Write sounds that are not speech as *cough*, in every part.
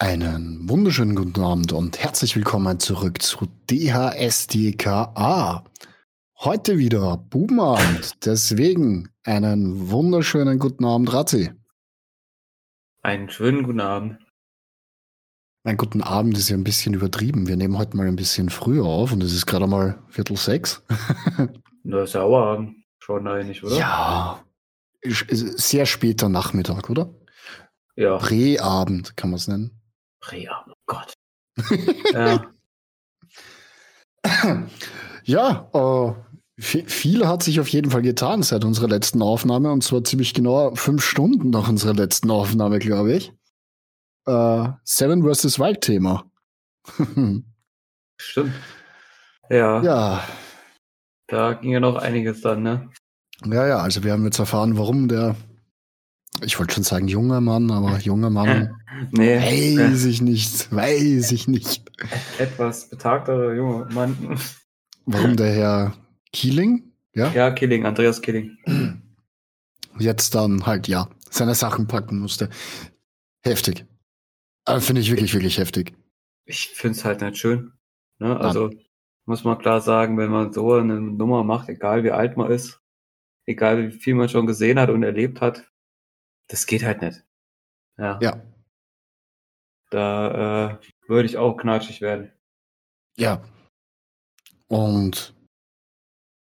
Einen wunderschönen guten Abend und herzlich willkommen zurück zu DHSDKA. Heute wieder Bubenabend, deswegen einen wunderschönen guten Abend, Razzi. Einen schönen guten Abend. Einen guten Abend ist ja ein bisschen übertrieben. Wir nehmen heute mal ein bisschen früher auf und es ist gerade mal Viertel sechs. Na, Sauerabend schon eigentlich, oder? Ja, ist- ist sehr später Nachmittag, oder? Ja. Präabend kann man es nennen. Präabend, oh Gott. ja. Ja, äh, vi- viel hat sich auf jeden Fall getan seit unserer letzten Aufnahme und zwar ziemlich genau fünf Stunden nach unserer letzten Aufnahme, glaube ich. Äh, Seven vs. Wild-Thema. Stimmt. Ja, *laughs* ja, da ging ja noch einiges dann, ne? ja, ja, also wir haben jetzt erfahren, warum der, ich wollte schon sagen junger Mann, aber junger Mann, Nee. weiß ich nicht, weiß ich nicht, Etwas betagterer junge Mann. warum der Herr Keeling, ja, Ja, Killing, Andreas Killing. jetzt dann halt ja seine Sachen packen musste. Heftig. Äh, Finde ich wirklich, wirklich heftig. Ich find's halt nicht schön. Ne? Also, muss man klar sagen, wenn man so eine Nummer macht, egal wie alt man ist, egal wie viel man schon gesehen hat und erlebt hat, das geht halt nicht. Ja. Ja. Da äh, würde ich auch knatschig werden. Ja. Und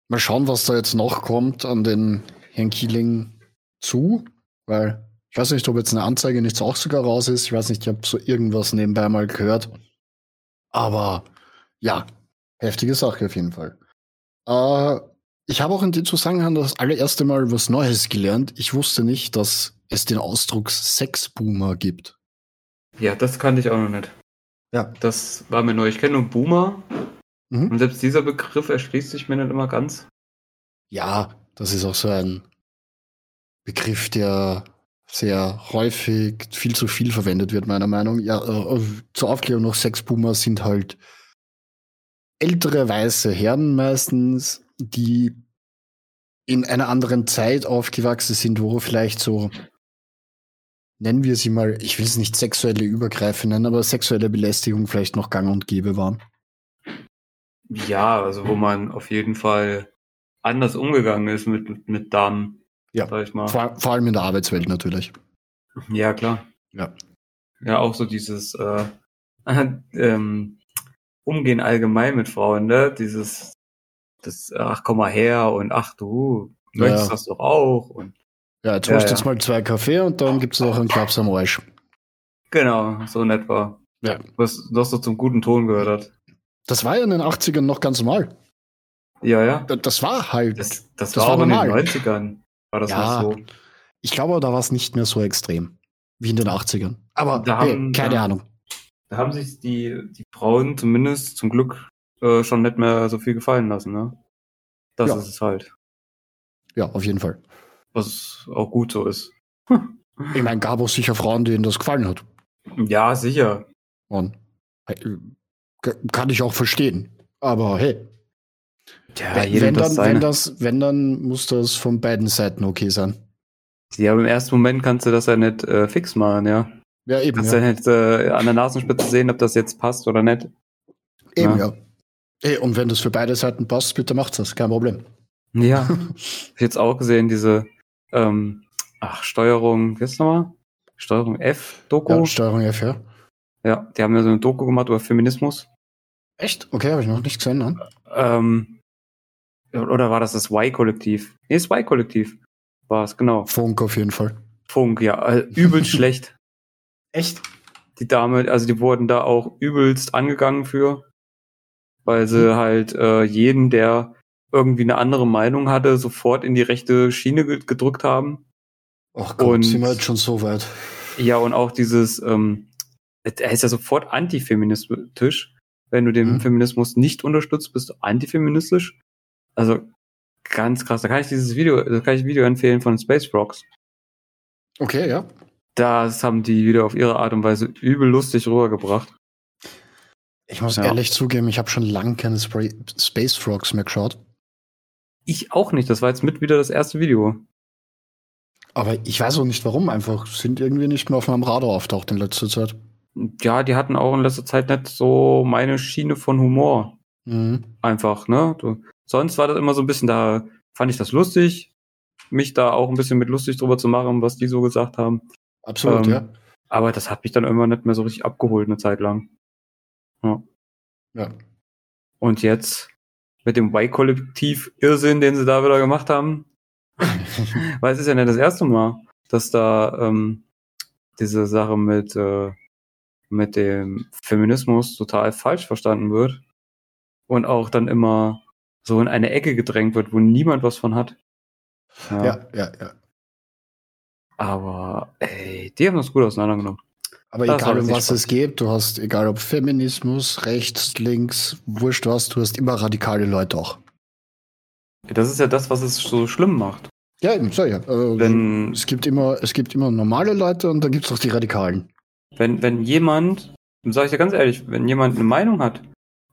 mal schauen, was da jetzt noch kommt an den Herrn Kieling zu, weil ich weiß nicht, ob jetzt eine Anzeige nicht auch sogar raus ist. Ich weiß nicht, ich habe so irgendwas nebenbei mal gehört. Aber ja, heftige Sache auf jeden Fall. Äh, ich habe auch in dem Zusammenhang das allererste Mal was Neues gelernt. Ich wusste nicht, dass es den Ausdruck Sexboomer gibt. Ja, das kannte ich auch noch nicht. Ja. Das war mir neu. Ich kenne nur Boomer Mhm. und selbst dieser Begriff erschließt sich mir nicht immer ganz. Ja, das ist auch so ein Begriff, der sehr häufig viel zu viel verwendet wird, meiner Meinung. Ja, äh, zur Aufklärung noch, Sexboomer sind halt ältere weiße Herren meistens, die in einer anderen Zeit aufgewachsen sind, wo vielleicht so, nennen wir sie mal, ich will es nicht sexuelle Übergreife nennen, aber sexuelle Belästigung vielleicht noch gang und gäbe waren. Ja, also wo man auf jeden Fall anders umgegangen ist mit, mit, mit Damen. Ja. Sag ich mal. Vor, vor allem in der Arbeitswelt natürlich. Ja, klar. Ja. Ja, auch so dieses äh, *laughs* ähm, Umgehen allgemein mit Frauen, ne? Dieses, das, ach komm mal her und ach du, Ja. möchtest das doch auch und Ja, jetzt Ja, holst du ja. jetzt mal zwei Kaffee und dann gibt's noch einen Klaps am Arsch. genau, so in etwa. Ja. Was, was so zum guten Ton gehört hat. Das war ja in den 80ern noch ganz normal. Ja, ja. Da- Das war halt. Das, das, Das war, war auch in normal. den 90ern. War das Ja, noch so? ich glaube, da war's nicht mehr so extrem wie in den 80ern. Aber Da hey, haben- keine da- Ahnung. Da haben sich die, die Frauen zumindest zum Glück äh, schon nicht mehr so viel gefallen lassen, ne? Das Ja. ist es halt. Ja, auf jeden Fall. Was auch gut so ist. Ich meine, gab auch sicher Frauen, denen das gefallen hat. Ja, sicher. Und hey, k- kann ich auch verstehen. Aber hey, Ja, wenn, wenn, dann, wenn, das, wenn dann muss das von beiden Seiten okay sein. ja, aber im ersten Moment kannst du das ja nicht äh, fix machen, ja. Ja, eben. Kannst Ja. ja nicht äh, an der Nasenspitze sehen, ob das jetzt passt oder nicht. eben ja. ja. Hey, und wenn das für beide Seiten passt, bitte macht's das. Kein Problem. *laughs* Ja. Hab jetzt auch gesehen, diese, ähm, ach, Steuerung, wie ist nochmal? Steuerung F, Doku. Ja, Steuerung F, ja. Ja, die haben ja so eine Doku gemacht über Feminismus. Echt? Okay, habe ich noch nicht gesehen. Nein. Ähm, oder war das das Y-Kollektiv? Nee, das Y-Kollektiv war es, genau. Funk auf jeden Fall. Funk, ja, äh, *laughs* übelst schlecht. Echt? Die Dame, also die wurden da auch übelst angegangen für, weil sie halt äh, jeden, der irgendwie eine andere Meinung hatte, sofort in die rechte Schiene ge- gedrückt haben. Ach Und- Gott, sind wir jetzt schon so weit. Ja, und auch dieses, ähm, er ist ja sofort antifeministisch. Wenn du den Mhm. Feminismus nicht unterstützt, bist du antifeministisch. Also ganz krass. Da kann ich dieses Video, da kann ich ein Video empfehlen von Space Rocks. Okay, ja. Das haben die wieder auf ihre Art und Weise übel lustig rübergebracht. Ich muss Ja. ehrlich zugeben, ich habe schon lange keine Spray Space Frogs mehr geschaut. Ich auch nicht. Das war jetzt mit wieder das erste Video. Aber ich weiß auch nicht warum, einfach sind irgendwie nicht mehr auf meinem Radar auftaucht in letzter Zeit. ja, die hatten auch in letzter Zeit nicht so meine Schiene von Humor. Mhm. Einfach, ne? Du, sonst war das immer so ein bisschen, da fand ich das lustig, mich da auch ein bisschen mit lustig drüber zu machen, was die so gesagt haben. Absolut, Ähm, ja. Aber das hat mich dann irgendwann nicht mehr so richtig abgeholt eine Zeit lang. ja. Und jetzt mit dem Y-Kollektiv Irrsinn, den sie da wieder *laughs* gemacht haben, weil es ist ja nicht das erste Mal, dass da ähm, diese Sache mit, äh, mit dem Feminismus total falsch verstanden wird und auch dann immer so in eine Ecke gedrängt wird, wo niemand was von hat. ja, ja, ja. Aber ey, die haben das gut auseinandergenommen. Aber Das egal, war um richtig was es geht, du hast, egal ob Feminismus, rechts, links, wurscht was, du hast immer radikale Leute auch. Das ist ja das, was es so schlimm macht. Ja, eben, so ja. Also, Wenn, es gibt immer, es gibt immer normale Leute und dann gibt es auch die Radikalen. wenn, wenn jemand, sage ich dir ganz ehrlich, wenn jemand eine Meinung hat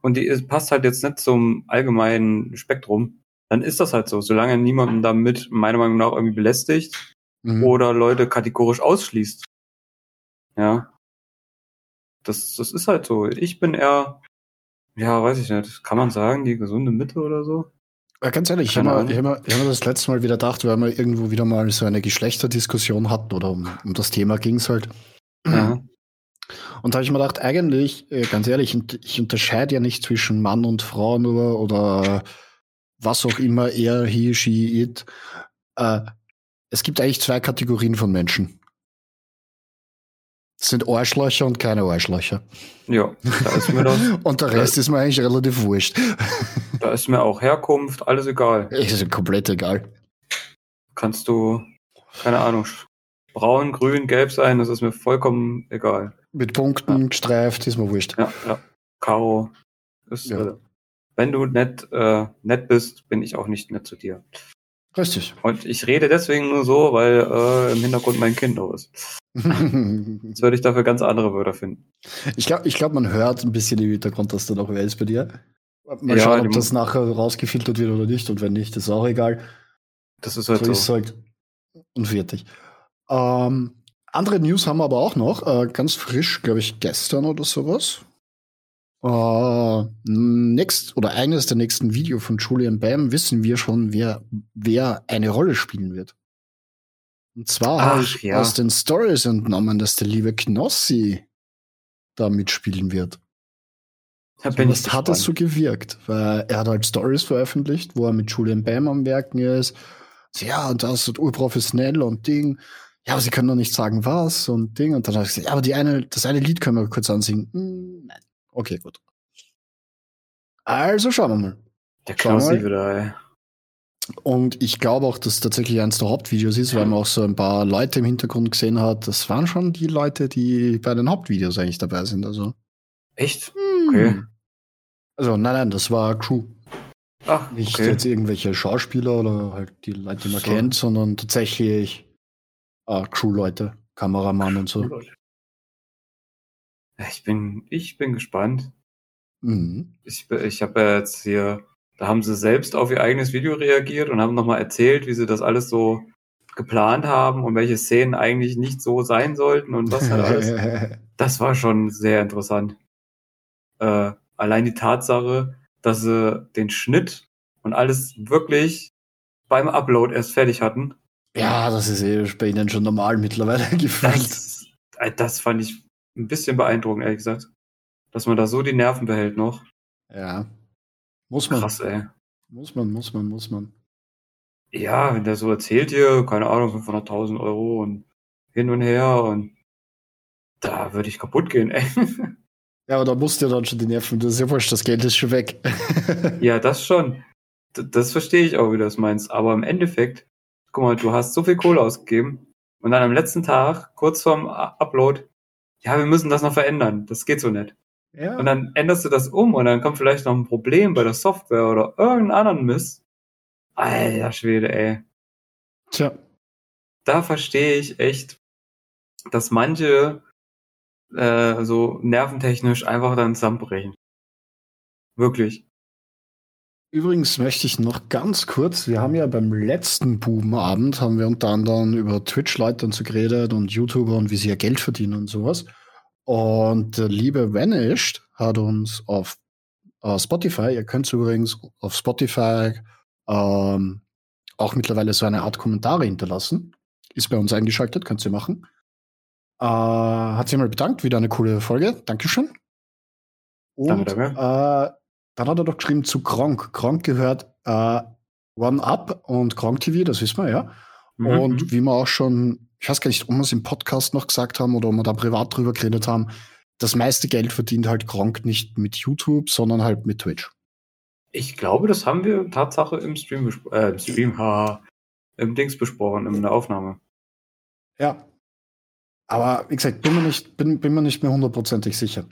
und die ist, passt halt jetzt nicht zum allgemeinen Spektrum, dann ist das halt so. Solange niemanden damit meiner Meinung nach irgendwie belästigt Mhm. oder Leute kategorisch ausschließt. Ja. Das, das ist halt so. Ich bin eher, ja, weiß ich nicht, kann man sagen, die gesunde Mitte oder so? Ja, ganz ehrlich, ich habe Keine mir, Ahnung. ich hab mir, ich hab mir das letzte Mal wieder gedacht, weil wir irgendwo wieder mal so eine Geschlechterdiskussion hatten oder um, um das Thema ging es halt. Ja. Und da habe ich mir gedacht, eigentlich, äh, ganz ehrlich, und ich unterscheide ja nicht zwischen Mann und Frau nur oder was auch immer, er, he, she, it. Äh, es gibt eigentlich zwei Kategorien von Menschen. Das sind Arschlöcher und keine Arschlöcher. Ja, da ist mir das, Und der Rest ist mir eigentlich relativ *laughs* wurscht. da ist mir auch Herkunft, alles egal. Ist komplett egal. kannst du, keine Ahnung, sch- braun, grün, gelb sein, das ist mir vollkommen egal. Mit Punkten gestreift, ist mir wurscht. Ja, ja. Karo ist, Ja. äh, wenn du nett, äh, nett bist, bin ich auch nicht nett zu dir. Richtig. Und ich rede deswegen nur so, weil äh, im Hintergrund mein Kind noch ist. Jetzt würde ich dafür ganz andere Wörter finden. *laughs* Ich glaube, ich glaub, man hört ein bisschen im Hintergrund, dass da noch wer ist bei dir. Mal Ja, schauen, ob die- das nachher rausgefiltert wird oder nicht. Und wenn nicht, ist auch egal. Das ist halt So so. ist halt und fertig. Ähm, andere News haben wir aber auch noch. Äh, ganz frisch, glaube ich, gestern oder sowas. Äh, next, oder eines der nächsten Video von Julian Bam wissen wir schon, wer, wer eine Rolle spielen wird. Und zwar Ach, habe ich ja. aus den Stories entnommen, dass der liebe Knossi da mitspielen wird. Da Und bin ich das hat das so gespannt. gewirkt, weil er hat halt Stories veröffentlicht, wo er mit Julian Bam am Werken ist. So, Ja, und das und urprofessionell und Ding. Ja, aber sie können doch nicht sagen, was und Ding. Und dann habe ich gesagt, ja, aber die eine, das eine Lied können wir kurz ansingen. Hm, nein. Okay, gut. Also schauen wir mal. Der Schau mal. Knossi wieder, ey. Und ich glaube auch, dass tatsächlich eines der Hauptvideos ist, weil man auch so ein paar Leute im Hintergrund gesehen hat. Das waren schon die Leute, die bei den Hauptvideos eigentlich dabei sind. Also, Echt? hm. Okay. also nein, nein, das war Crew. Ach, Nicht okay. jetzt irgendwelche Schauspieler oder halt die Leute, die man So. kennt, sondern tatsächlich äh, Crew-Leute, Kameramann und so. Ich bin, ich bin gespannt. Mhm. ich, be- ich habe ja jetzt hier, da haben sie selbst auf ihr eigenes Video reagiert und haben nochmal erzählt, wie sie das alles so geplant haben und welche Szenen eigentlich nicht so sein sollten und was halt *laughs* alles. Das war schon sehr interessant. Äh, allein die Tatsache, dass sie den Schnitt und alles wirklich beim Upload erst fertig hatten, ja, das ist eh bei ihnen schon normal mittlerweile *laughs* gefühlt. das, äh, das fand ich ein bisschen beeindruckend, ehrlich gesagt. Dass man da so die Nerven behält noch. Ja. Muss man, Krass, ey. muss man, muss man, muss man. Ja, wenn der so erzählt hier, keine Ahnung, 500.000 Euro und hin und her und da würde ich kaputt gehen, ey. *laughs* Ja, aber da musst du ja dann schon die Nerven, das ist ja wurscht, das Geld ist schon weg. *laughs* Ja, das schon. D das verstehe ich auch, wie du das meinst. Aber im Endeffekt, guck mal, du hast so viel Kohle ausgegeben und dann am letzten Tag, kurz vorm A- Upload, ja, wir müssen das noch verändern. Das geht so nicht. ja. Und dann änderst du das um und dann kommt vielleicht noch ein Problem bei der Software oder irgendeinen anderen Mist. Alter Schwede, ey. Tja. da verstehe ich echt, dass manche äh, so nerventechnisch einfach dann zusammenbrechen. Wirklich. Übrigens möchte ich noch ganz kurz, wir haben ja beim letzten Bubenabend, haben wir unter anderem über Twitch-Leute und so geredet und YouTuber und wie sie ja Geld verdienen und sowas. Und der liebe Vanished hat uns auf äh, Spotify, ihr könnt übrigens auf Spotify ähm, auch mittlerweile so eine Art Kommentare hinterlassen. Ist bei uns eingeschaltet, könnt ihr machen. Äh, hat sich mal bedankt, wieder eine coole Folge. Dankeschön. Und Danke, danke. Äh, dann hat er doch geschrieben zu Kronk. Kronk gehört äh, One Up und Kronk TV, das wissen wir ja. Und wie wir auch schon, ich weiß gar nicht, ob wir es im Podcast noch gesagt haben oder ob wir da privat drüber geredet haben, das meiste Geld verdient halt Gronk nicht mit YouTube, sondern halt mit Twitch. ich glaube, das haben wir Tatsache im Stream besprochen. Äh, im Stream, haha. Im Dings besprochen, in der Aufnahme. Ja. Aber wie gesagt, bin mir nicht, bin, bin mir nicht mehr hundertprozentig sicher.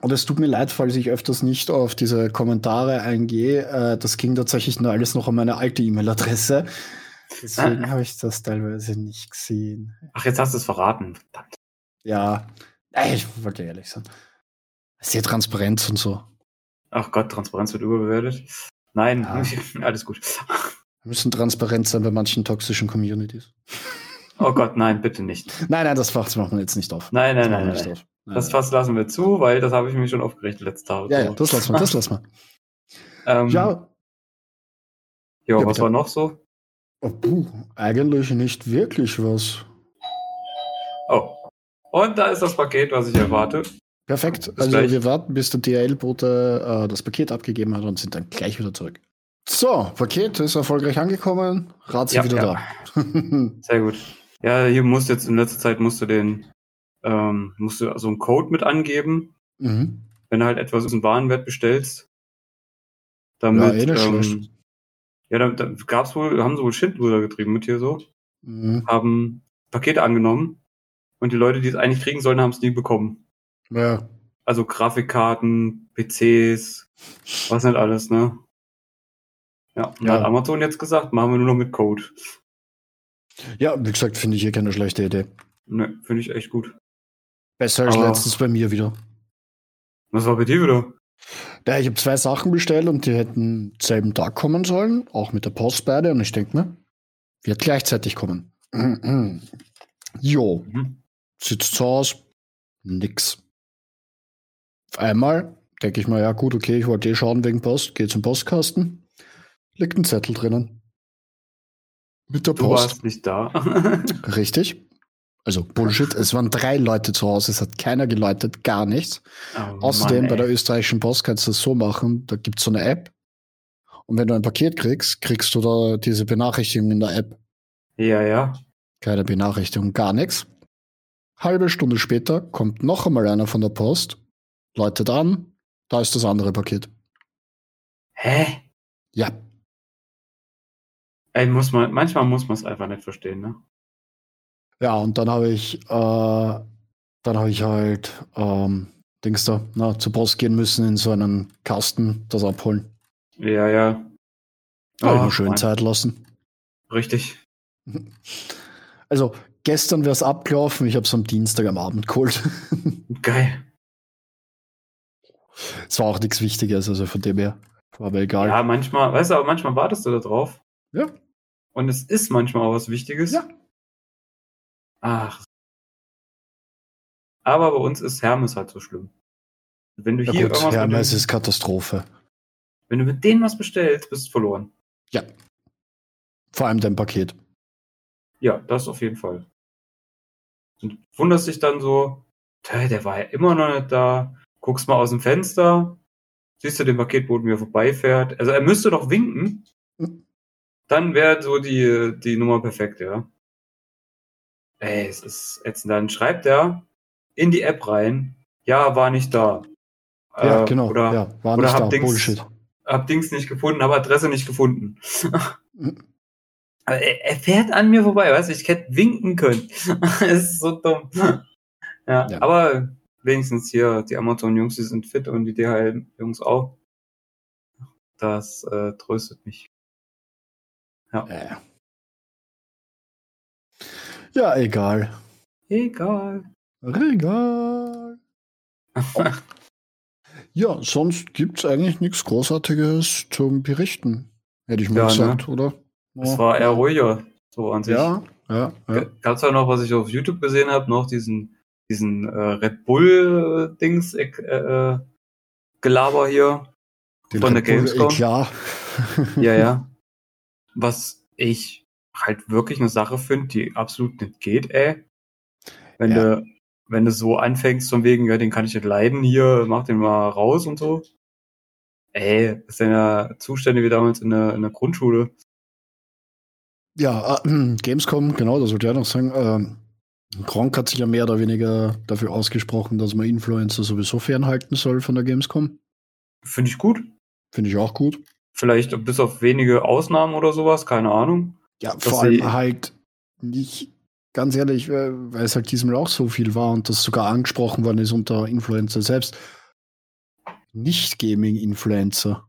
Und es tut mir leid, falls ich öfters nicht auf diese Kommentare eingehe. Äh, das ging tatsächlich nur alles noch an meine alte E-Mail-Adresse. Deswegen habe ich das teilweise nicht gesehen. Ach, jetzt hast du es verraten. Verdammt. Ja. Ey, Ich wollte ehrlich sein. Sehr Transparenz und so. Ach Gott, Transparenz wird überbewertet. Nein, Ja. *laughs* alles gut. Wir müssen transparent sein bei manchen toxischen Communities. Oh Gott, nein, bitte nicht. Nein, nein, das Fass machen wir jetzt nicht auf. Nein, Das nein, machen wir nein. nein. nicht nein. auf. Nein, Das nein. Fass lassen wir zu, weil das habe ich mir schon aufgeregt letzte Tage. Ja, ja, das lassen wir, das lassen *laughs* wir. Ähm, ja, Ja, jo, Ja, was bitte. war noch so? oh, puh, eigentlich nicht wirklich was. Oh. Und da ist das Paket, was ich erwarte. Perfekt. Bis Also gleich. wir warten, bis der DHL-Bote äh, das Paket abgegeben hat und sind dann gleich wieder zurück. So, Paket ist erfolgreich angekommen. Rat sind Ja, wieder ja. da. *laughs* Mhm. Sehr gut. Ja, hier musst du jetzt in letzter Zeit musst du den, ähm, musst du so einen Code mit angeben, mhm. wenn du halt etwas aus dem Warenwert bestellst. Ja, eh Damit, nicht ähm, schlecht. ja, da, da gab's wohl, haben sie wohl Schindluder getrieben mit hier so. Mhm. haben Pakete angenommen und die Leute, die es eigentlich kriegen sollen, haben es nie bekommen. Ja. Also Grafikkarten, PCs, was nicht alles, ne? Ja, und Ja. da hat Amazon jetzt gesagt, machen wir nur noch mit Code. ja, wie gesagt, finde ich hier keine schlechte Idee. Ne, finde ich echt gut. Besser als Aber- letztens bei mir wieder. Was war bei dir wieder? Ja, ich habe zwei Sachen bestellt und die hätten selben Tag kommen sollen, auch mit der Post beide. Und ich denke mir, wird gleichzeitig kommen. *clears throat* Mhm. jo, Mhm. sitzt zu Hause, nix. Auf einmal denke ich mir, ja gut, okay, ich wollte eh schauen wegen Post, gehe zum Postkasten, liegt ein Zettel drinnen. Mit der Du Post. warst nicht da. *laughs* Richtig. Also Bullshit, es waren drei Leute zu Hause, es hat keiner geläutet, gar nichts. Oh, Außerdem Mann, bei der ey. österreichischen Post kannst du das so machen, da gibt's so eine App. Und wenn du ein Paket kriegst, kriegst du da diese Benachrichtigung in der App. Ja, ja. Keine Benachrichtigung, gar nichts. Halbe Stunde später kommt noch einmal einer von der Post, läutet an, da ist das andere Paket. Hä? Ja, Ey, muss man, manchmal muss man es einfach nicht verstehen, ne? ja, und dann habe ich, äh, dann habe ich halt, ähm, Dings da, na, zur Post gehen müssen, in so einen Kasten, das abholen. Ja, ja. Da habe ich mir Ach, schön Mann. Zeit lassen. Richtig. Also gestern wäre es abgelaufen, ich habe es am Dienstag am Abend geholt. Geil. Es war auch nichts Wichtiges, also von dem her war aber egal. Ja, manchmal, weißt du, aber manchmal wartest du da drauf. Ja. Und es ist manchmal auch was Wichtiges. Ja. Ach. Aber bei uns ist Hermes halt so schlimm. Wenn du Ja, hier gut, irgendwas ja, mit aber dem- es ist Katastrophe. wenn du mit denen was bestellst, bist du verloren. Vor allem dein Paket. Ja, das auf jeden Fall. Und wunderst dich dann so, "Tja, der war ja immer noch nicht da. Guckst mal aus dem Fenster, siehst du den Paketboten, wie er vorbeifährt. Also er müsste doch winken. Mhm. Dann wäre so die, die Nummer perfekt, ja. Ey, es ist ätzend. Dann schreibt er in die App rein, ja, war nicht da. ja, Äh, genau. Oder ja, war oder nicht hab da. Dings- Bullshit. hab Dings nicht gefunden, hab Adresse nicht gefunden. Mhm. *laughs* Aber er, er fährt an mir vorbei, weißt du, ich hätte winken können. *laughs* Es ist so dumm. Ja, Ja. aber wenigstens hier, die Amazon-Jungs, die sind fit und die DHL-Jungs auch. Das äh, tröstet mich. Äh. Ja, egal. Egal. *laughs* Regal. Ja, sonst gibt's eigentlich nichts Großartiges zum Berichten. Hätte ich mal Ja, ne? gesagt, oder? Es war eher ruhiger, so an sich. Ja, ja, ja. Gab's da noch, was ich auf YouTube gesehen habe, noch diesen diesen äh, Red Bull-Dings äh, äh, Gelaber hier Den von der Red Bull, Gamescom. eh *laughs* Klar. Ja, ja. *laughs* Was ich halt wirklich eine Sache finde, die absolut nicht geht, ey. Wenn Ja. du, wenn du so anfängst, von wegen, ja, den kann ich nicht leiden hier, mach den mal raus und so. Ey, das sind ja Zustände wie damals in der, in der Grundschule. Ja, äh, *clears throat* Gamescom, genau, das wollte ich auch noch sagen. Ähm, Gronk hat sich ja mehr oder weniger dafür ausgesprochen, dass man Influencer sowieso fernhalten soll von der Gamescom. Finde ich gut. Finde ich auch gut. Vielleicht bis auf wenige Ausnahmen oder sowas, keine Ahnung. Ja, Das vor allem sehe ich. halt nicht, ganz ehrlich, äh, weil es halt diesmal auch so viel war und das sogar angesprochen worden ist unter Influencer selbst. Nicht Gaming-Influencer.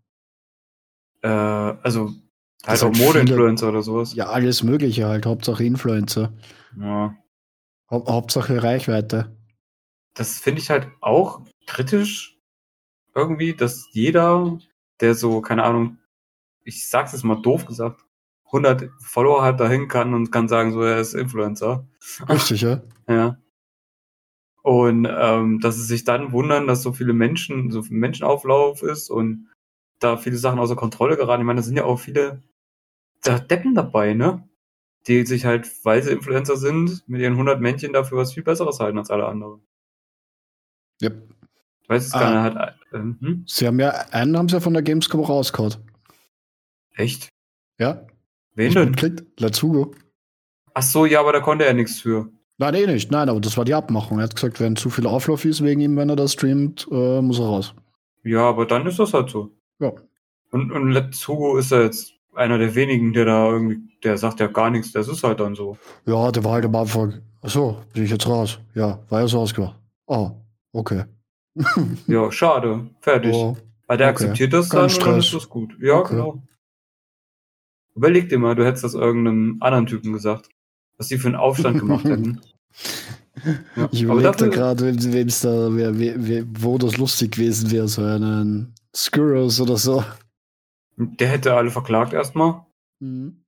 Äh, also Das halt auch sind Mode-Influencer oder sowas. Ja, alles Mögliche halt, Hauptsache Influencer. ja. Hau Hauptsache Reichweite. das finde ich halt auch kritisch irgendwie, dass jeder, der so, keine Ahnung, ich sag's jetzt mal doof gesagt, 100 Follower hat dahin kann und kann sagen, so, er ist Influencer. Richtig, ja? Ja. Und ähm, dass sie sich dann wundern, dass so viele Menschen, so viel Menschenauflauf ist und da viele Sachen außer Kontrolle geraten. Ich meine, da sind ja auch viele da Deppen dabei, ne? Die sich halt, weil sie Influencer sind, mit ihren 100 Männchen dafür was viel Besseres halten als alle anderen. Yep. Ich weiß es Ah. gar nicht. Hat, äh, hm? Sie haben ja, einen haben sie ja von der Gamescom rausgehauen. Echt? Ja, Wen Ich denn? Klingt Lazugo. Ach so, ja, aber da konnte er nichts für. Nein, eh nicht. Nein, aber das war die Abmachung. Er hat gesagt, wenn zu viel Auflauf ist wegen ihm, wenn er das streamt, äh, muss er raus. Ja, aber dann ist das halt so. Ja. Und, und Letzugo ist ja jetzt einer der wenigen, der da irgendwie, der sagt ja gar nichts, das ist halt dann so. Ja, der war halt am Anfang. Achso, bin ich jetzt raus. Ja, war ja so ausgemacht. Oh, okay. Ja, schade, fertig. Oh, aber der okay. akzeptiert das Kein dann und dann ist Stress. das gut. Ja, Okay. genau. Überleg dir mal, du hättest das irgendeinem anderen Typen gesagt, was die für einen *laughs* Aufstand gemacht hätten. Ja, ich aber überlegte gerade, wem- wem's da, wer, wer, wer, wo das lustig gewesen wäre, so einen Skurrus oder so. der hätte alle verklagt erstmal. Mhm.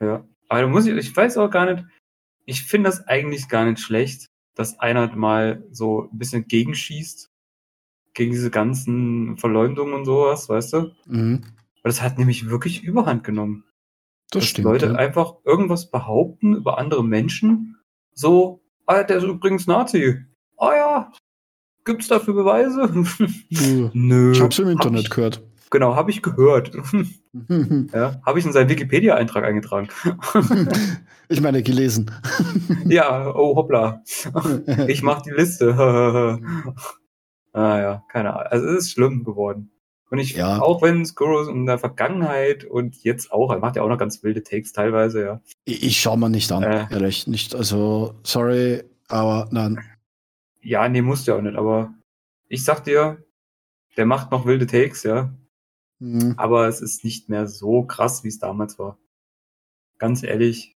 Ja. Aber da muss ich, ich weiß auch gar nicht, ich finde das eigentlich gar nicht schlecht, dass einer halt mal so ein bisschen gegenschießt. Gegen diese ganzen Verleumdungen und sowas, weißt du? Weil Mhm. das hat nämlich wirklich Überhand genommen. Das dass stimmt. Leute ja. einfach irgendwas behaupten über andere Menschen. So, ah, der ist übrigens Nazi. Ah ja, gibt's dafür Beweise? *laughs* Puh. Nö. Ich hab's im Internet Hab gehört. *laughs* ich, genau, habe ich gehört. *laughs* ja, habe ich in seinen *laughs* Wikipedia-Eintrag eingetragen. ich meine, gelesen. *laughs* ja, oh hoppla. *laughs* Ich mach die Liste. *laughs* ah ja, keine Ahnung. Also es ist schlimm geworden. Und ich, Ja. auch wenn Skurros in der Vergangenheit und jetzt auch, er macht ja auch noch ganz wilde Takes teilweise, ja. Ich, ich schaue mir nicht an, Äh. ehrlich nicht. Also, sorry, aber nein. Ja, nee, muss ja auch nicht, aber ich sag dir, der macht noch wilde Takes, ja. Hm. Aber es ist nicht mehr so krass, wie es damals war. Ganz ehrlich,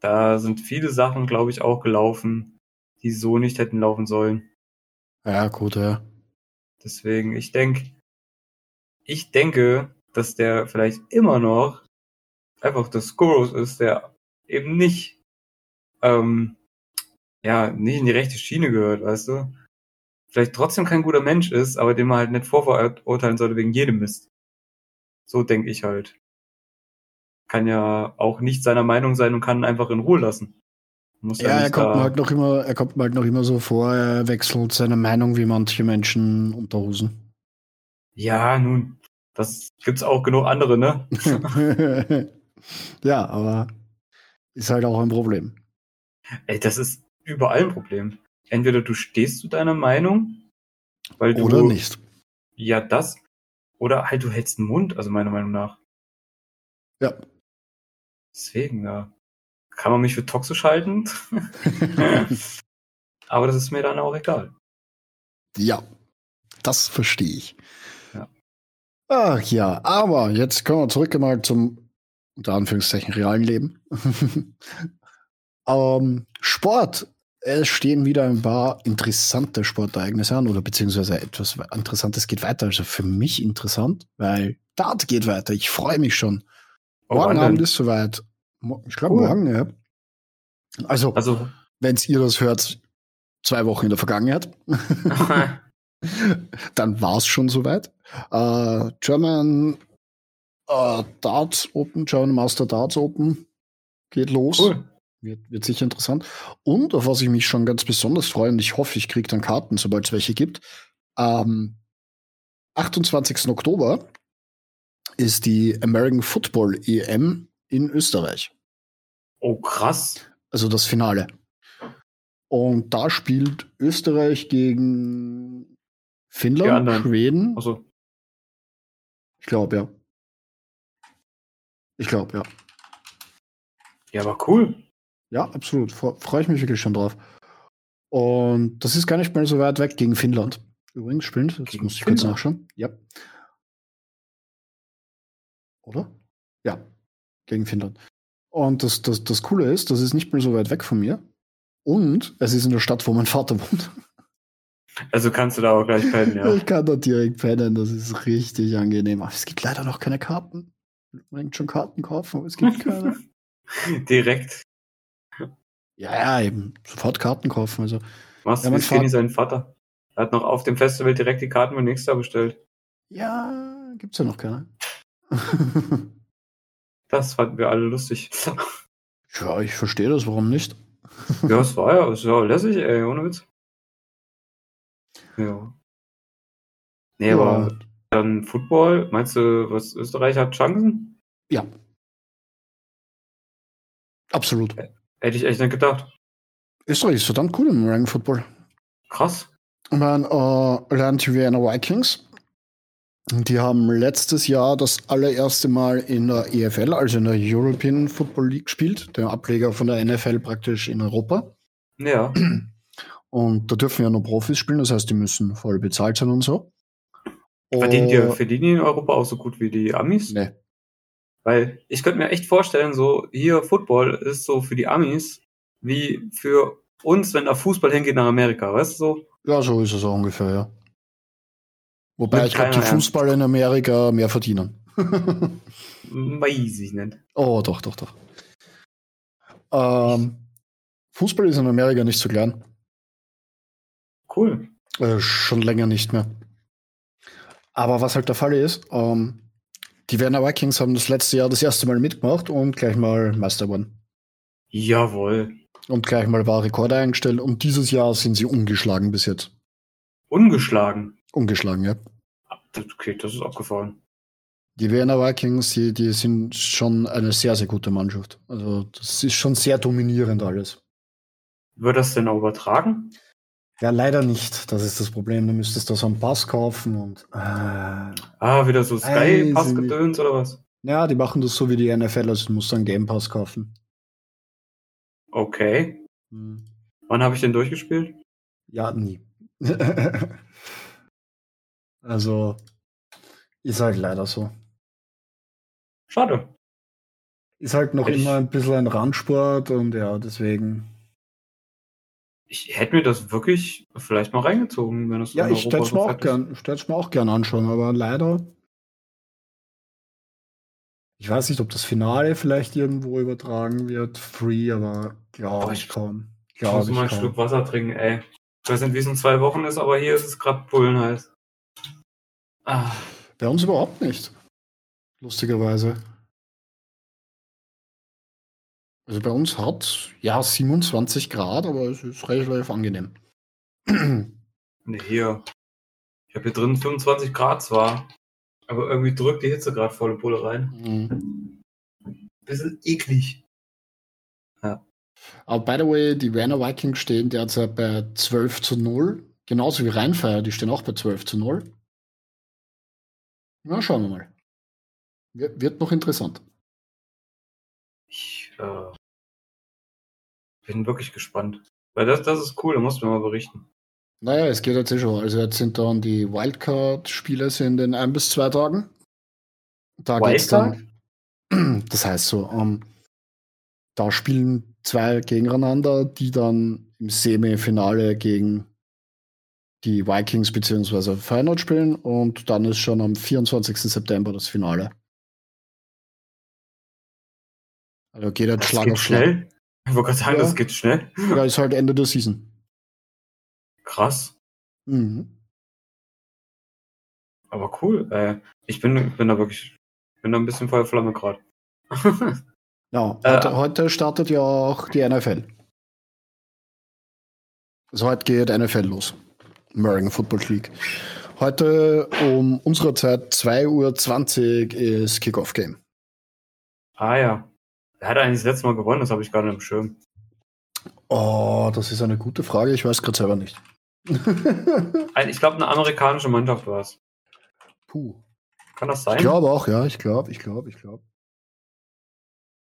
da sind viele Sachen, glaube ich, auch gelaufen, die so nicht hätten laufen sollen. Ja, gut, ja. Deswegen, ich denke, ich denke, dass der vielleicht immer noch einfach der Skoros ist, der eben nicht, ähm, ja, nicht in die rechte Schiene gehört, weißt du? Vielleicht trotzdem kein guter Mensch ist, aber den man halt nicht vorverurteilen sollte wegen jedem Mist. So denke ich halt. Kann ja auch nicht seiner Meinung sein und kann einfach in Ruhe lassen. Muss Ja, er nicht kommt, da- mir halt noch immer, er kommt mir halt noch immer so vor, er wechselt seine Meinung wie manche Menschen Unterhosen. Ja, nun, das gibt's auch genug andere, ne? *laughs* ja, aber ist halt auch ein Problem. Ey, das ist überall ein Problem. Entweder du stehst zu deiner Meinung, weil du Oder nicht. *laughs* ja das, oder halt du hältst den Mund, also meiner Meinung nach. Ja. Deswegen, ja. Kann man mich für toxisch halten? *laughs* Aber das ist mir dann auch egal. ja, das verstehe ich. Ja. Ach ja, aber jetzt kommen wir zurück mal zum, unter Anführungszeichen, realen Leben. *laughs* Ähm, Sport. Es stehen wieder ein paar interessante Sportereignisse an oder beziehungsweise etwas we- Interessantes geht weiter. Also für mich interessant, weil Dart geht weiter. Ich freue mich schon. Oh, morgen wann Abend denn? ist soweit. Mo- Ich glaube Cool. morgen, ja. Also, Also, wenn ihr das hört, zwei Wochen in der Vergangenheit. Aha. Dann war es schon soweit. Äh, German äh, Darts Open, German Master Darts Open geht los. cool. Wird, wird sicher interessant. Und auf was ich mich schon ganz besonders freue, und ich hoffe, ich kriege dann Karten, sobald es welche gibt. Am 28. Oktober ist die American Football EM in Österreich, Oh, krass. also das Finale. Und da spielt Österreich gegen Die Finnland, anderen. Schweden. Also, Ich glaube, ja. Ich glaube, ja. ja, aber cool. Ja, absolut. Freue freu ich mich wirklich schon drauf. Und das ist gar nicht mal so weit weg gegen Finnland. Übrigens spielen, das Gegen muss ich kurz Finnland? nachschauen. Ja. Oder? Ja, gegen Finnland. Und das, das, das Coole ist, das ist nicht mehr so weit weg von mir. Und es ist in der Stadt, wo mein Vater *laughs* wohnt. Also kannst du da auch gleich pennen, ja. *laughs* Ich kann da direkt pennen, das ist richtig angenehm. Aber es gibt leider noch keine Karten. Ich will unbedingt schon Karten kaufen, aber es gibt keine. Direkt. ja, ja, eben. Sofort Karten kaufen. Also Machst Ja, du mein ja, Vater- seinen Vater. Er hat noch auf dem Festival direkt die Karten für nächstes Jahr bestellt. Ja, gibt's ja noch keine. *laughs* Das fanden wir alle lustig. ja, ich verstehe das, warum nicht? ja, *laughs* es war ja, es war lässig, ey, ohne Witz. Ja. Nee, aber Dann Football, meinst du, was Österreich hat Chancen? ja. Absolut. Hätte ich echt nicht gedacht. Österreich ist verdammt cool im American Football. Krass. Ich meine, äh, lernt die Vienna Vikings. Die haben letztes Jahr das allererste Mal in der EFL, also in der European Football League, gespielt. Der Ableger von der NFL praktisch in Europa. Ja. Und da dürfen ja nur Profis spielen, das heißt, die müssen voll bezahlt sein und so. Verdient Oh, ihr Fellini in Europa auch so gut wie die Amis? Nee. Weil ich könnte mir echt vorstellen, so hier Football ist so für die Amis wie für uns, wenn da Fußball hingeht nach Amerika, weißt du so? Ja, so ist es auch ungefähr, ja. Wobei Nimmt ich glaube, die keiner ernst. Fußballer in Amerika mehr verdienen. Weiß ich nicht. oh, doch, doch, doch. Ähm, Fußball ist in Amerika nicht so klein. Cool. Äh, schon länger nicht mehr. Aber was halt der Fall ist, ähm, die Werner Vikings haben das letzte Jahr das erste Mal mitgemacht und gleich mal Meister wurden. Jawohl. Und gleich mal war Rekorde eingestellt und dieses Jahr sind sie ungeschlagen bis jetzt. Ungeschlagen. Ungeschlagen, ja. Das- Okay, das ist abgefahren. Die Wiener Vikings, die, die sind schon eine sehr, sehr gute Mannschaft. Also das ist schon sehr dominierend alles. Wird das denn auch übertragen? Ja, leider nicht. Das ist das Problem. Du müsstest da so einen Pass kaufen und äh, Ah, wieder so Weiß ich Sky-Passgedöns oder was? ja, die machen das so wie die NFL, also du musst dann Game Pass kaufen. Okay. Hm. Wann habe ich den durchgespielt? Ja, nie. *laughs* also ist halt leider so. Schade. Ist halt noch Ich- immer ein bisschen ein Randsport und ja, deswegen. Ich hätte mir das wirklich vielleicht mal reingezogen, wenn das so Ja, in ich Europa stelle es so mir, auch fett ist. gern- ich stell's mir auch gern anschauen, aber leider. Ich weiß nicht, ob das Finale vielleicht irgendwo übertragen wird, free, aber Boah, glaube ich ich- kaum. Ich muss Glaube mal ich einen Schluck kaum. Wasser trinken, ey. Ich weiß nicht, wie es in zwei Wochen ist, aber hier ist es gerade bullenheiß. Ah, Bei uns überhaupt nicht. Lustigerweise. Also bei uns hat ja 27 Grad, aber es ist relativ angenehm. *clears throat* Mhm. ne, hier. Ich habe hier drin 25 Grad zwar, aber irgendwie drückt die Hitze gerade volle Pulle rein. Mhm. Bisschen eklig. aber by the way, die Werner Vikings stehen derzeit bei 12 zu 0. Genauso wie Rheinfeier, die stehen auch bei 12 zu 0. Na, schauen wir mal. Wird, wird noch interessant. Ich äh, bin wirklich gespannt. Weil das, das ist cool, da musst du mir mal berichten. Naja, es geht jetzt eh schon. Also jetzt sind dann die Wildcard-Spiele sind in ein bis zwei Tagen. Da geht's Wildcard? dann. *clears throat* Das heißt so, ähm, da spielen zwei gegeneinander, die dann im Semifinale gegen die Vikings bzw. Feyenoord spielen und dann ist schon am 24. September das Finale. Also geht jetzt Das Schlag geht auf Schlag. Also schnell. Ich wollte gerade sagen, Ja. das geht schnell. Ja, ist halt Ende der Season. krass. Mhm. Aber cool. Äh, ich bin, ich bin da wirklich, ich bin da ein bisschen Feuerflamme gerade. Ja, Äh, heute, heute startet ja auch die NFL. Also heute geht NFL los. American Football League. Heute um unsere Zeit 2.20 Uhr ist Kickoff-Game. ah ja. Er hat eigentlich das letzte Mal gewonnen, das habe ich gar nicht im Schirm. Oh, das ist eine gute Frage. Ich weiß gerade selber nicht. *laughs* Ein- Ich glaube, eine amerikanische Mannschaft war es. Puh. Kann das Ich sein? glaube auch, ja. Ich glaube, ich glaube, ich glaube.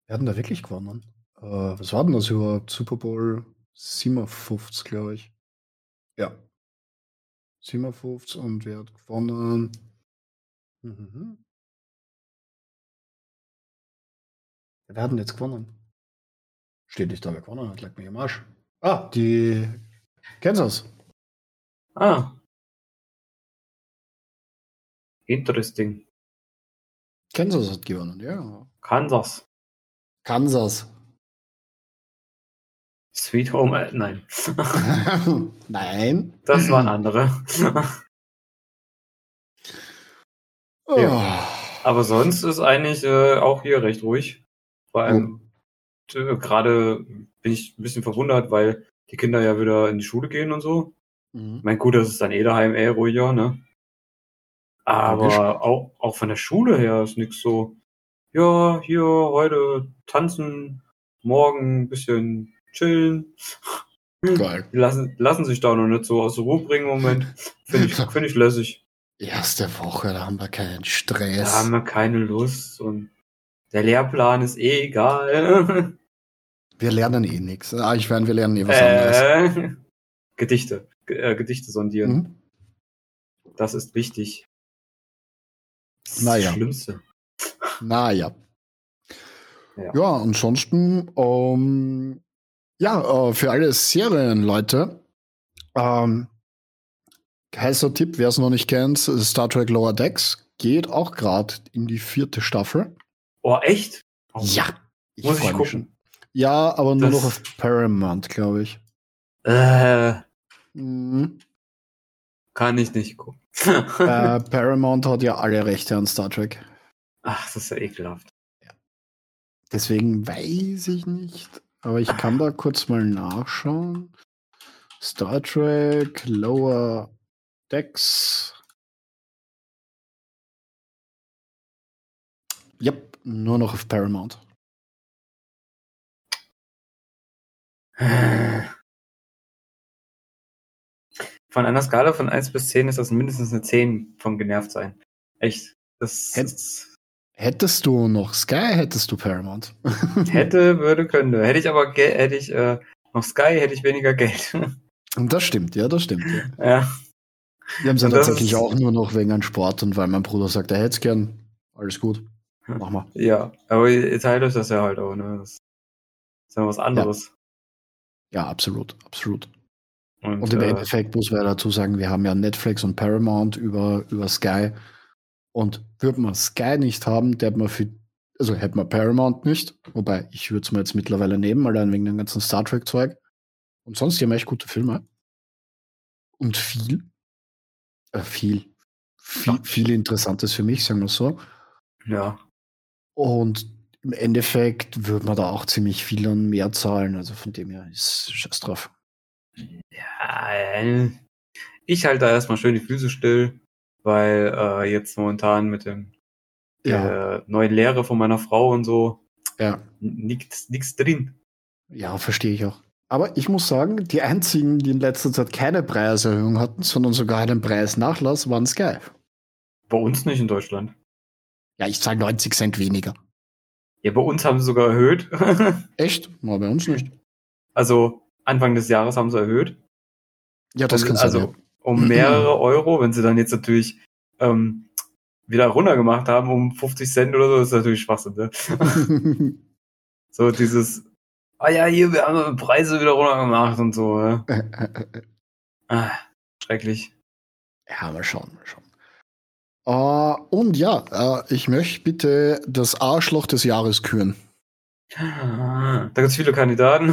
Wir hatten da wirklich gewonnen. Äh, was war denn das überhaupt? Super Bowl 57, glaube ich. Ja. 57 und wer hat gewonnen? Mhm. Wer hat denn jetzt gewonnen? Steht nicht da, wer gewonnen hat. Lag mich am Arsch. Ah, die Kansas. Ah. Interesting. Kansas hat gewonnen, ja. Kansas. Kansas. *laughs* Sweet Home. Äh, nein. Nein. Das *clears throat* waren andere. Ja. Aber sonst ist eigentlich äh, auch hier recht ruhig. Vor allem äh, gerade bin ich ein bisschen verwundert, weil die Kinder ja wieder in die Schule gehen und so. Ich Mhm. meine, gut, das ist dann eh daheim eh ruhiger, ne? Logisch. Aber auch, auch von der Schule her ist nix so, ja, hier, heute tanzen, morgen ein bisschen chillen. Geil. Die lassen, lassen sich da noch nicht so aus der Ruhe bringen im Moment. Finde ich, find ich lässig. Erste Woche, da haben wir keinen Da Stress. haben wir keine Lust und der Lehrplan ist eh egal. wir lernen eh nichts. Ah, ich meine, wir lernen eh was anderes. äh, *laughs* Gedichte. G äh, Gedichte sondieren. Mhm. Das ist wichtig. Das ist Naja. das Schlimmste. Naja. Ja. Ja, ja ansonsten, ähm, ja, äh, für alle Serienleute, ähm, heißer Tipp, wer es noch nicht kennt, Star Trek Lower Decks geht auch gerade in die vierte Staffel. Oh, echt? Oh, ich Muss ich freu mich gucken. schon. Ja, aber nur Das- noch auf Paramount, glaube ich. Äh, Mhm. kann ich nicht gucken. äh, Paramount hat ja alle Rechte an Star Trek. Ach, das ist ja ekelhaft. Deswegen weiß ich nicht. Aber ich kann da kurz mal nachschauen. Star Trek, Lower Decks. Yep, nur noch auf Paramount. Von einer Skala von 1 bis 10 ist das mindestens eine 10 vom genervt sein. Echt. Das Hätt- Hättest du noch Sky, hättest du Paramount. hätte, würde, könnte. Hätte ich aber Geld, hätte ich äh, noch Sky, hätte ich weniger Geld. *laughs* Und das stimmt, ja, das stimmt. Ja. ja. Wir haben es ja Und das tatsächlich ist- auch nur noch wegen an Sport und weil mein Bruder sagt, er hätte es gern. Alles gut. Mach mal. Ja, aber ihr ihr teilt euch das ja halt auch, ne? Das ist ja was anderes. Ja, absolut, absolut. Und, Und im äh, Endeffekt muss man ja dazu sagen, wir haben ja Netflix und Paramount über, über Sky. Und würde man Sky nicht haben, der hätte man für, also hätte man Paramount nicht. Wobei, ich würde es mir jetzt mittlerweile nehmen, allein wegen dem ganzen Star Trek-Zeug. Und sonst, die haben echt gute Filme. Und viel. Äh, viel. Viel, viel Interessantes für mich, sagen wir so. ja, Und im Endeffekt würde man da auch ziemlich viel an mehr zahlen. Also von dem her ist Scheiß drauf. ja, äh, ich halte da erstmal schön die Füße still, weil äh, jetzt momentan mit dem äh, neuen Lehre von meiner Frau und so ja. nichts nichts drin. Ja, verstehe ich auch. Aber ich muss sagen, die einzigen, die in letzter Zeit keine Preiserhöhung hatten, sondern sogar einen Preisnachlass, waren Sky. Bei uns nicht in Deutschland. Ja, ich zahle 90 Cent weniger. Ja, bei uns haben sie sogar erhöht. *laughs* Echt? Na, bei uns nicht. also Anfang des Jahres haben sie erhöht. Ja, das um, kann sein. also ja. um mehrere Euro, wenn sie dann jetzt natürlich ähm, wieder runtergemacht haben um 50 Cent oder so, ist natürlich Schwachsinn. Ne? So dieses, ah ja, hier, wir haben Preise wieder runtergemacht und so. Ne? Äh, äh, äh, Ah, schrecklich. *laughs* ja, mal schauen, mal schauen. Äh, und ja, äh, ich möchte bitte das Arschloch des Jahres küren. Da gibt es viele Kandidaten.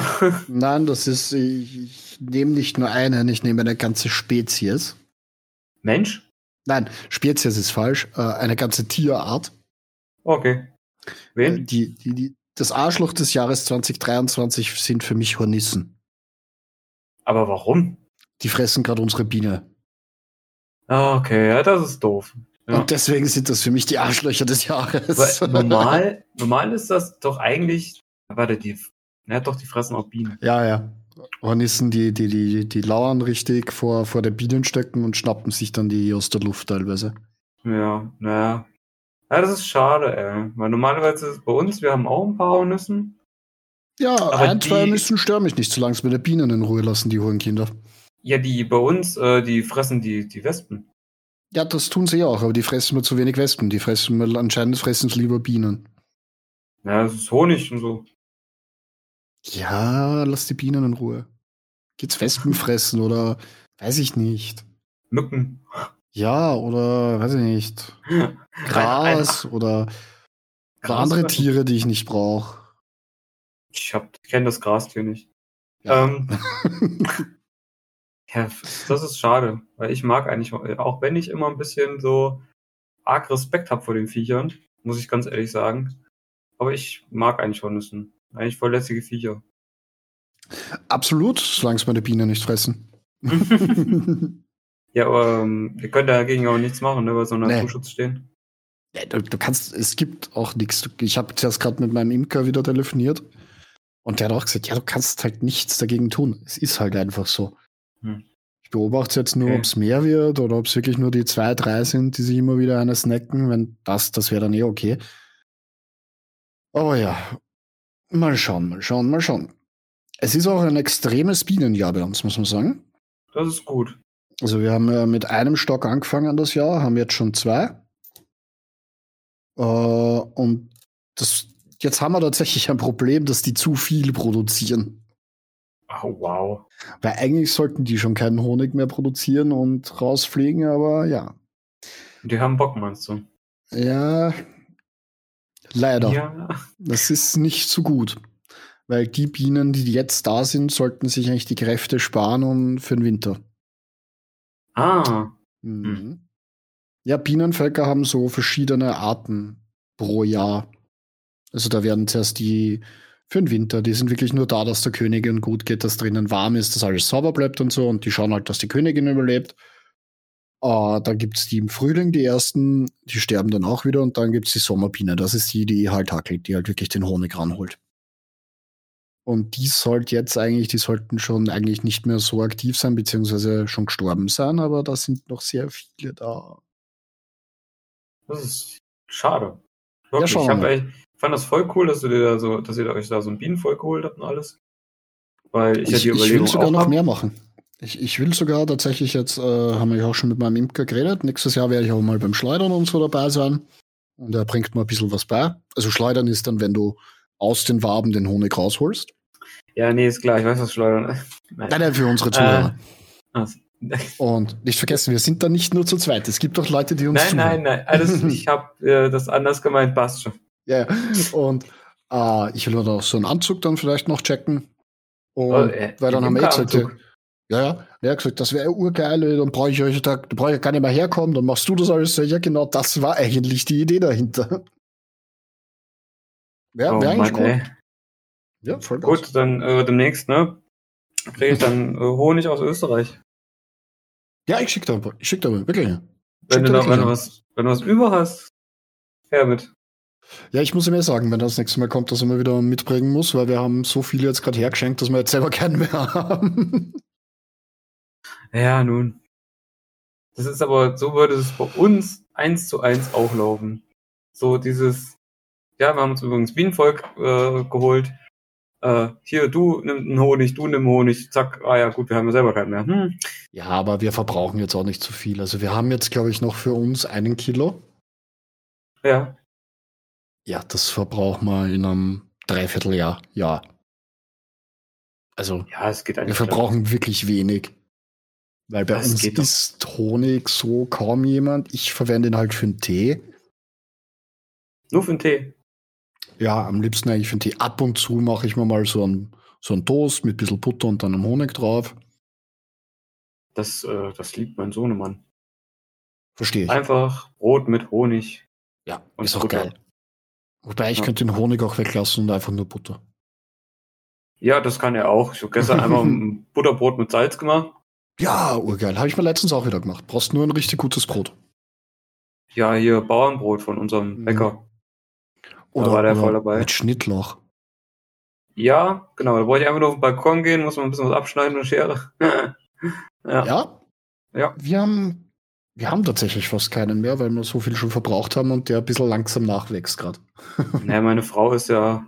Nein, das ist, ich, ich nehme nicht nur einen, ich nehme eine ganze Spezies. Mensch? Nein, Spezies ist falsch. Äh, eine ganze Tierart. Okay. Äh, Wen? die, die, die, das Arschloch des Jahres 2023 sind für mich Hornissen. Aber warum? Die fressen gerade unsere Biene. Ah, okay, ja, das ist doof. Ja. Und deswegen sind das für mich die Arschlöcher des Jahres. Weil normal, normal ist das doch eigentlich. Warte, die. Na doch, die fressen auch Bienen. *laughs* Ja, ja. Hornissen, die, die, die, die lauern richtig vor, vor der Bienenstöcken und schnappen sich dann die aus der Luft teilweise. Ja, naja. Ja, das ist schade, ey. Weil normalerweise ist es bei uns, wir haben auch ein paar Hornissen. Ja, Aber ein, zwei die- Hornissen stören mich nicht, solange es mir die Bienen in Ruhe lassen, die hohen Kinder. Ja, die bei uns, äh, die fressen die, die Wespen. Ja, das tun sie auch, aber die fressen mir zu wenig Wespen. Die fressen mir, anscheinend fressen sie lieber Bienen. Ja, das ist Honig und so. Ja, lass die Bienen in Ruhe. Geht's Wespen fressen oder weiß ich nicht. Mücken. Ja, oder weiß ich nicht. Gras oder, oder andere Tiere, die ich nicht brauche. Ich, hab- ich kenne das Grastier nicht. Ja. *laughs* Ähm, ja, das ist schade, weil ich mag eigentlich, auch wenn ich immer ein bisschen so arg Respekt habe vor den Viechern, muss ich ganz ehrlich sagen. Aber ich mag eigentlich Hornissen. Eigentlich voll lästige *laughs* Viecher. Absolut, solange es meine Bienen nicht fressen. *laughs* Ja, aber ähm, ihr könnt dagegen auch nichts machen, ne, weil so einer Nee. Naturschutz stehen. Ja, Du, du kannst, es gibt auch nichts. Ich habe jetzt gerade mit meinem Imker wieder telefoniert und der hat auch gesagt, ja, du kannst halt nichts dagegen tun. Es ist halt einfach so. Hm. Ich beobachte jetzt nur, Okay. ob es mehr wird oder ob es wirklich nur die zwei, drei sind, die sich immer wieder einer snacken. Wenn das, das wäre dann eh okay. Aber ja, mal schauen, mal schauen, mal schauen. Es ist auch ein extremes Bienenjahr bei uns, muss man sagen. Das ist gut. Also wir haben äh, mit einem Stock angefangen das Jahr, haben jetzt schon zwei. Äh, und das, jetzt haben wir tatsächlich ein Problem, dass die zu viel produzieren. Oh, wow. Weil eigentlich sollten die schon keinen Honig mehr produzieren und rausfliegen, aber ja. Die haben Bock, meinst du? Ja, leider. Ja. Das ist nicht so gut. Weil die Bienen, die jetzt da sind, sollten sich eigentlich die Kräfte sparen und für den Winter. Ah, Mhm. Ja, Bienenvölker haben so verschiedene Arten pro Jahr. Also da werden zuerst die für den Winter, die sind wirklich nur da, dass der Königin gut geht, dass drinnen warm ist, dass alles sauber bleibt und so und die schauen halt, dass die Königin überlebt. Äh, dann gibt es die im Frühling, die ersten, die sterben dann auch wieder und dann gibt es die Sommerbiene. Das ist die, die halt hackelt, die halt wirklich den Honig ranholt. Und die sollte jetzt eigentlich, die sollten schon eigentlich nicht mehr so aktiv sein, beziehungsweise schon gestorben sein, aber da sind noch sehr viele da. das ist schade. Ja, Wirklich. schauen ich wir hab, mal. echt- ich fand das voll cool, dass, du dir da so, dass ihr euch da so ein Bienenvolk geholt habt und alles. Weil ich, ja die Überlegung will sogar auch noch hab. mehr machen. Ich, ich will sogar tatsächlich jetzt, äh, haben wir ja auch schon mit meinem Imker geredet, nächstes Jahr werde ich auch mal beim Schleudern und so dabei sein. Und er bringt mir ein bisschen was bei. Also Schleudern ist dann, wenn du aus den Waben den Honig rausholst. Ja, nee, ist klar, ich weiß das Schleudern. Nein, nein, für unsere Zuhörer. Ah, *laughs* s- Und nicht vergessen, wir sind da nicht nur zu zweit. Es gibt auch Leute, die uns Nein, zuhören. nein, nein, *laughs* alles, ich habe äh, das anders gemeint, passt schon. Ja, ja. und äh, ich will dann auch so einen Anzug dann vielleicht noch checken. Und, Oh, äh, weil dann haben wir eh gesagt, ja, Imkeranzug. ja, ja, gesagt, das wäre urgeil, dann brauche ich euch, da, da brauche ich gar nicht mehr herkommen, dann machst du das alles. So, Ja, genau, das war eigentlich die Idee dahinter. Ja, oh, wäre eigentlich Mann, cool. ey. Ja, voll gut. Gut, dann äh, demnächst, ne? Krieg ich dann äh, Honig aus Österreich. Ja, ich schicke da, ich schick da wirklich. Wenn Schick da du, da, wirklich wenn, du hin. was, wenn du was über hast, her mit. Ja, ich muss ihm ja sagen, wenn er das nächste Mal kommt, dass er mir wieder mitbringen muss, weil wir haben so viele jetzt gerade hergeschenkt, dass wir jetzt selber *laughs* keinen mehr haben. Ja, nun. Das ist aber, so würde es bei uns eins zu eins auch laufen. So dieses, ja, wir haben uns übrigens Bienenvolk äh, geholt. Äh, hier, du nimm einen Honig, du nimm Honig, zack, ah ja, gut, wir haben ja selber keinen mehr. Hm, Ja, aber wir verbrauchen jetzt auch nicht zu viel. Also wir haben jetzt, glaube ich, noch für uns einen Kilo. ja. Ja, das verbrauchen wir in einem Dreivierteljahr. Ja. Also Ja, es geht wir eigentlich. verbrauchen wirklich wenig. Weil bei Das uns geht doch. isst Honig so kaum jemand. Ich verwende ihn halt für einen Tee. Nur für den Tee. Ja, am liebsten eigentlich für einen Tee. Ab und zu mache ich mir mal so einen, so einen Toast mit ein bisschen Butter und dann einem Honig drauf. Das, äh, das liebt mein Sohnemann. Verstehe ich. Einfach Brot mit Honig. Ja, Ah, Und ist auch Butter. geil. Wobei ich Ja. könnte den Honig auch weglassen und einfach nur Butter. Ja, das kann er auch. Ich habe gestern *laughs* einmal ein Butterbrot mit Salz gemacht. Ja, urgeil. Habe ich mir letztens auch wieder gemacht. Brauchst nur ein richtig gutes Brot. Ja, hier Bauernbrot von unserem Mhm. Bäcker. war der voll dabei. Mit Schnittloch. Ja, genau. Da wollte ich einfach nur auf den Balkon gehen, muss man ein bisschen was abschneiden und Schere. *laughs* ja. Ja? Ja. Wir haben, wir haben tatsächlich fast keinen mehr, weil wir so viel schon verbraucht haben und der ein bisschen langsam nachwächst gerade. Naja, meine Frau ist ja,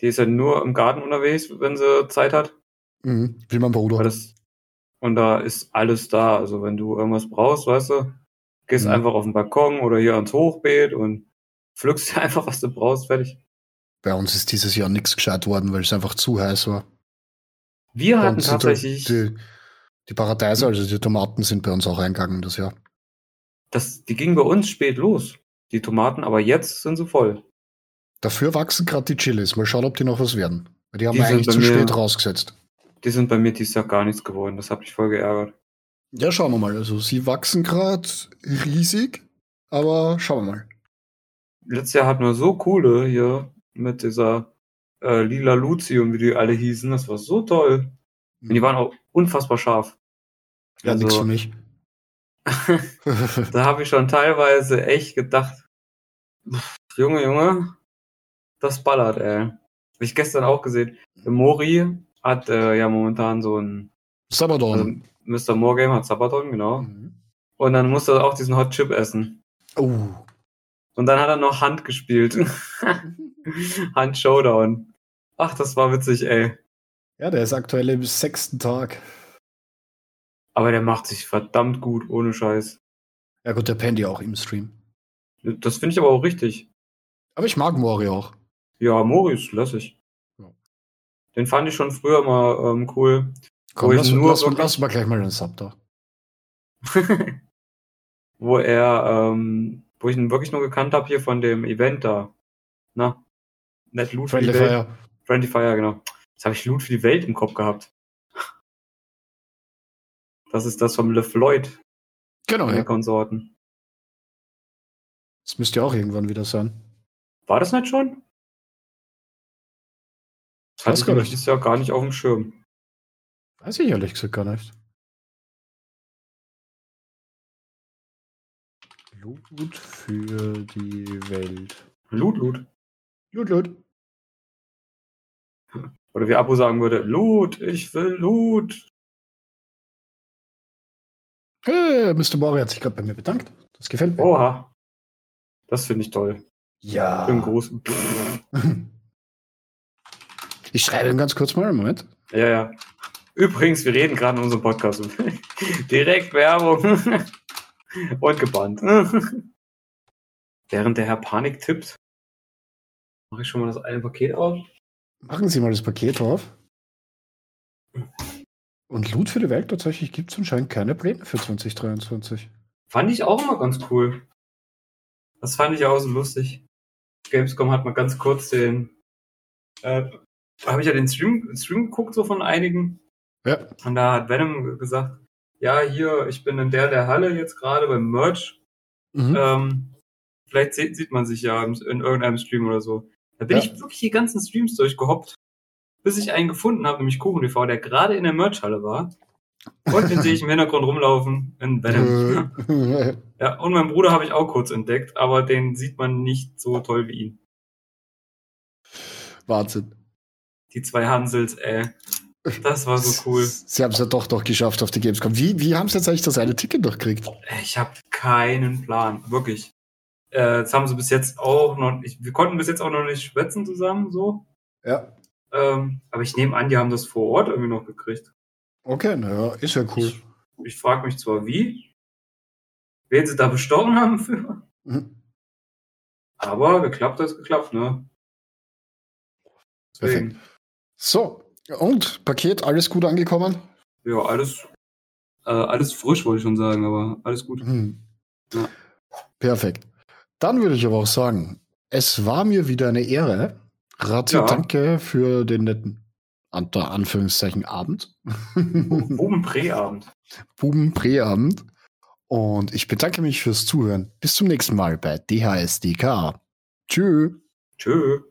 die ist ja nur im Garten unterwegs, wenn sie Zeit hat. Mhm. Wie mein Bruder. Weil das, und da ist alles da. Also wenn du irgendwas brauchst, weißt du, gehst Mhm. einfach auf den Balkon oder hier ans Hochbeet und pflückst *laughs* dir einfach, was du brauchst, fertig. Bei uns ist dieses Jahr nichts gescheit worden, weil es einfach zu heiß war. Wir Bei hatten uns sind halt tatsächlich, Mhm. Die, die Paradeise, also die Tomaten, sind bei uns auch eingegangen das Jahr. das, die gingen bei uns spät los, die Tomaten, aber jetzt sind sie voll. Dafür wachsen gerade die Chilis. Mal schauen, ob die noch was werden. Weil Die haben Die wir sind eigentlich bei zu mir- spät rausgesetzt. Die sind bei mir dieses Jahr gar nichts geworden. Das hat mich voll geärgert. Ja, schauen wir mal. Also sie wachsen gerade riesig, aber schauen wir mal. Letztes Jahr hatten wir so coole hier mit dieser äh, Lila Luzi und wie die alle hießen. Das war so toll. Und die waren auch unfassbar scharf. ja, nichts für also, *laughs* mich. da habe ich schon teilweise echt gedacht, pff, Junge, Junge, das ballert, ey. Hab ich gestern auch gesehen. Der Mori hat äh, ja momentan so ein also Sabadon. Mr. Moorgame hat Sabaton, genau. Mhm. Und dann musste er auch diesen Hot Chip essen. Oh. Und dann hat er noch Hand gespielt. *laughs* Hand Showdown. Ach, das war witzig, ey. Ja, der ist aktuell im sechsten Tag. Aber der macht sich verdammt gut, ohne Scheiß. Ja gut, der pennt ja auch im Stream. Das finde ich aber auch richtig. Aber ich mag Mori auch. Ja, Mori ist lässig. Ja. Den fand ich schon früher mal ähm, cool. Komm, ich lass, nur lass, lass, wirklich- mal gleich mal den Sub da. wo er, ähm, wo ich ihn wirklich nur gekannt habe hier von dem Event da. Na? Net Loot Friendly für die Welt. Fire. Friendly Fire, genau. Jetzt habe ich Loot für die Welt im Kopf gehabt. Das ist das vom LeFloid Genau, und der ja. Konsorten. Das müsste ja auch irgendwann wieder sein. War das nicht schon? Weiß Das hatte ich gar nämlich nicht. dieses Jahr gar nicht auf dem Schirm. Weiß ich ehrlich gesagt gar nicht. Blut für die Welt. Loot, Loot. Gut, gut. Oder wie Abu sagen würde, Loot, ich will Loot. Hey, Mr. Äh, Mori hat sich gerade bei mir bedankt. Das gefällt mir. Oha. Das finde ich toll. ja. Im Großen. *laughs* Ich schreibe ihm ganz kurz mal einen Moment. Ja, ja. Übrigens, wir reden gerade in unserem Podcast. *laughs* Direkt Werbung. *laughs* Und gebannt. Während der Herr Panik tippt, mache ich schon mal das eine Paket auf. Machen Sie mal das Paket drauf. Und Loot für die Welt tatsächlich gibt es anscheinend keine Pläne für 2023. Fand ich auch immer ganz cool. Das fand ich auch so lustig. Gamescom hat mal ganz kurz den. Äh, habe ich ja den Stream, Stream geguckt, so von einigen. Ja. Und da hat Venom gesagt: Ja, hier, ich bin in der der Halle jetzt gerade beim Merch. Mhm. Ähm, vielleicht sieht, sieht man sich ja im- in irgendeinem Stream oder so. Da bin Ja. ich wirklich die ganzen Streams durchgehoppt, bis ich einen gefunden habe, nämlich Kuchen TV, der gerade in der Merchhalle war. Und den sehe ich im Hintergrund rumlaufen in Venom. Äh, *laughs* ja, und meinen Bruder habe ich auch kurz entdeckt, aber den sieht man nicht so toll wie ihn. *laughs* Wahnsinn. Die zwei Hansels, ey. Das war so Also cool. Sie haben es ja doch noch geschafft auf die Gamescom. Wie, wie haben sie jetzt eigentlich das eine Ticket noch gekriegt? Äh, Ich habe keinen Plan, wirklich. Äh, das haben sie bis jetzt auch noch, ich, wir konnten bis jetzt auch noch nicht schwätzen zusammen, so. Ja. Ähm, aber ich nehme an, die haben das vor Ort irgendwie noch gekriegt. Okay, naja, ist ja cool. Ich, ich frage mich zwar wie, wen sie da bestochen haben für. Mhm. Aber geklappt ist geklappt, ne? Deswegen, So, und Paket, alles gut angekommen? ja, alles, äh, alles frisch, wollte ich schon sagen, aber alles *laughs* gut. Mhm. Ja. Perfekt. Dann würde ich aber auch sagen, es war mir wieder eine Ehre. Razzi, Ja. danke *laughs* für den netten, unter Anführungszeichen, Abend. Oben Präabend. Buben-Präabend. Und ich bedanke mich fürs Zuhören. Bis zum nächsten Mal bei DHSDK. Tschüss. Tschö.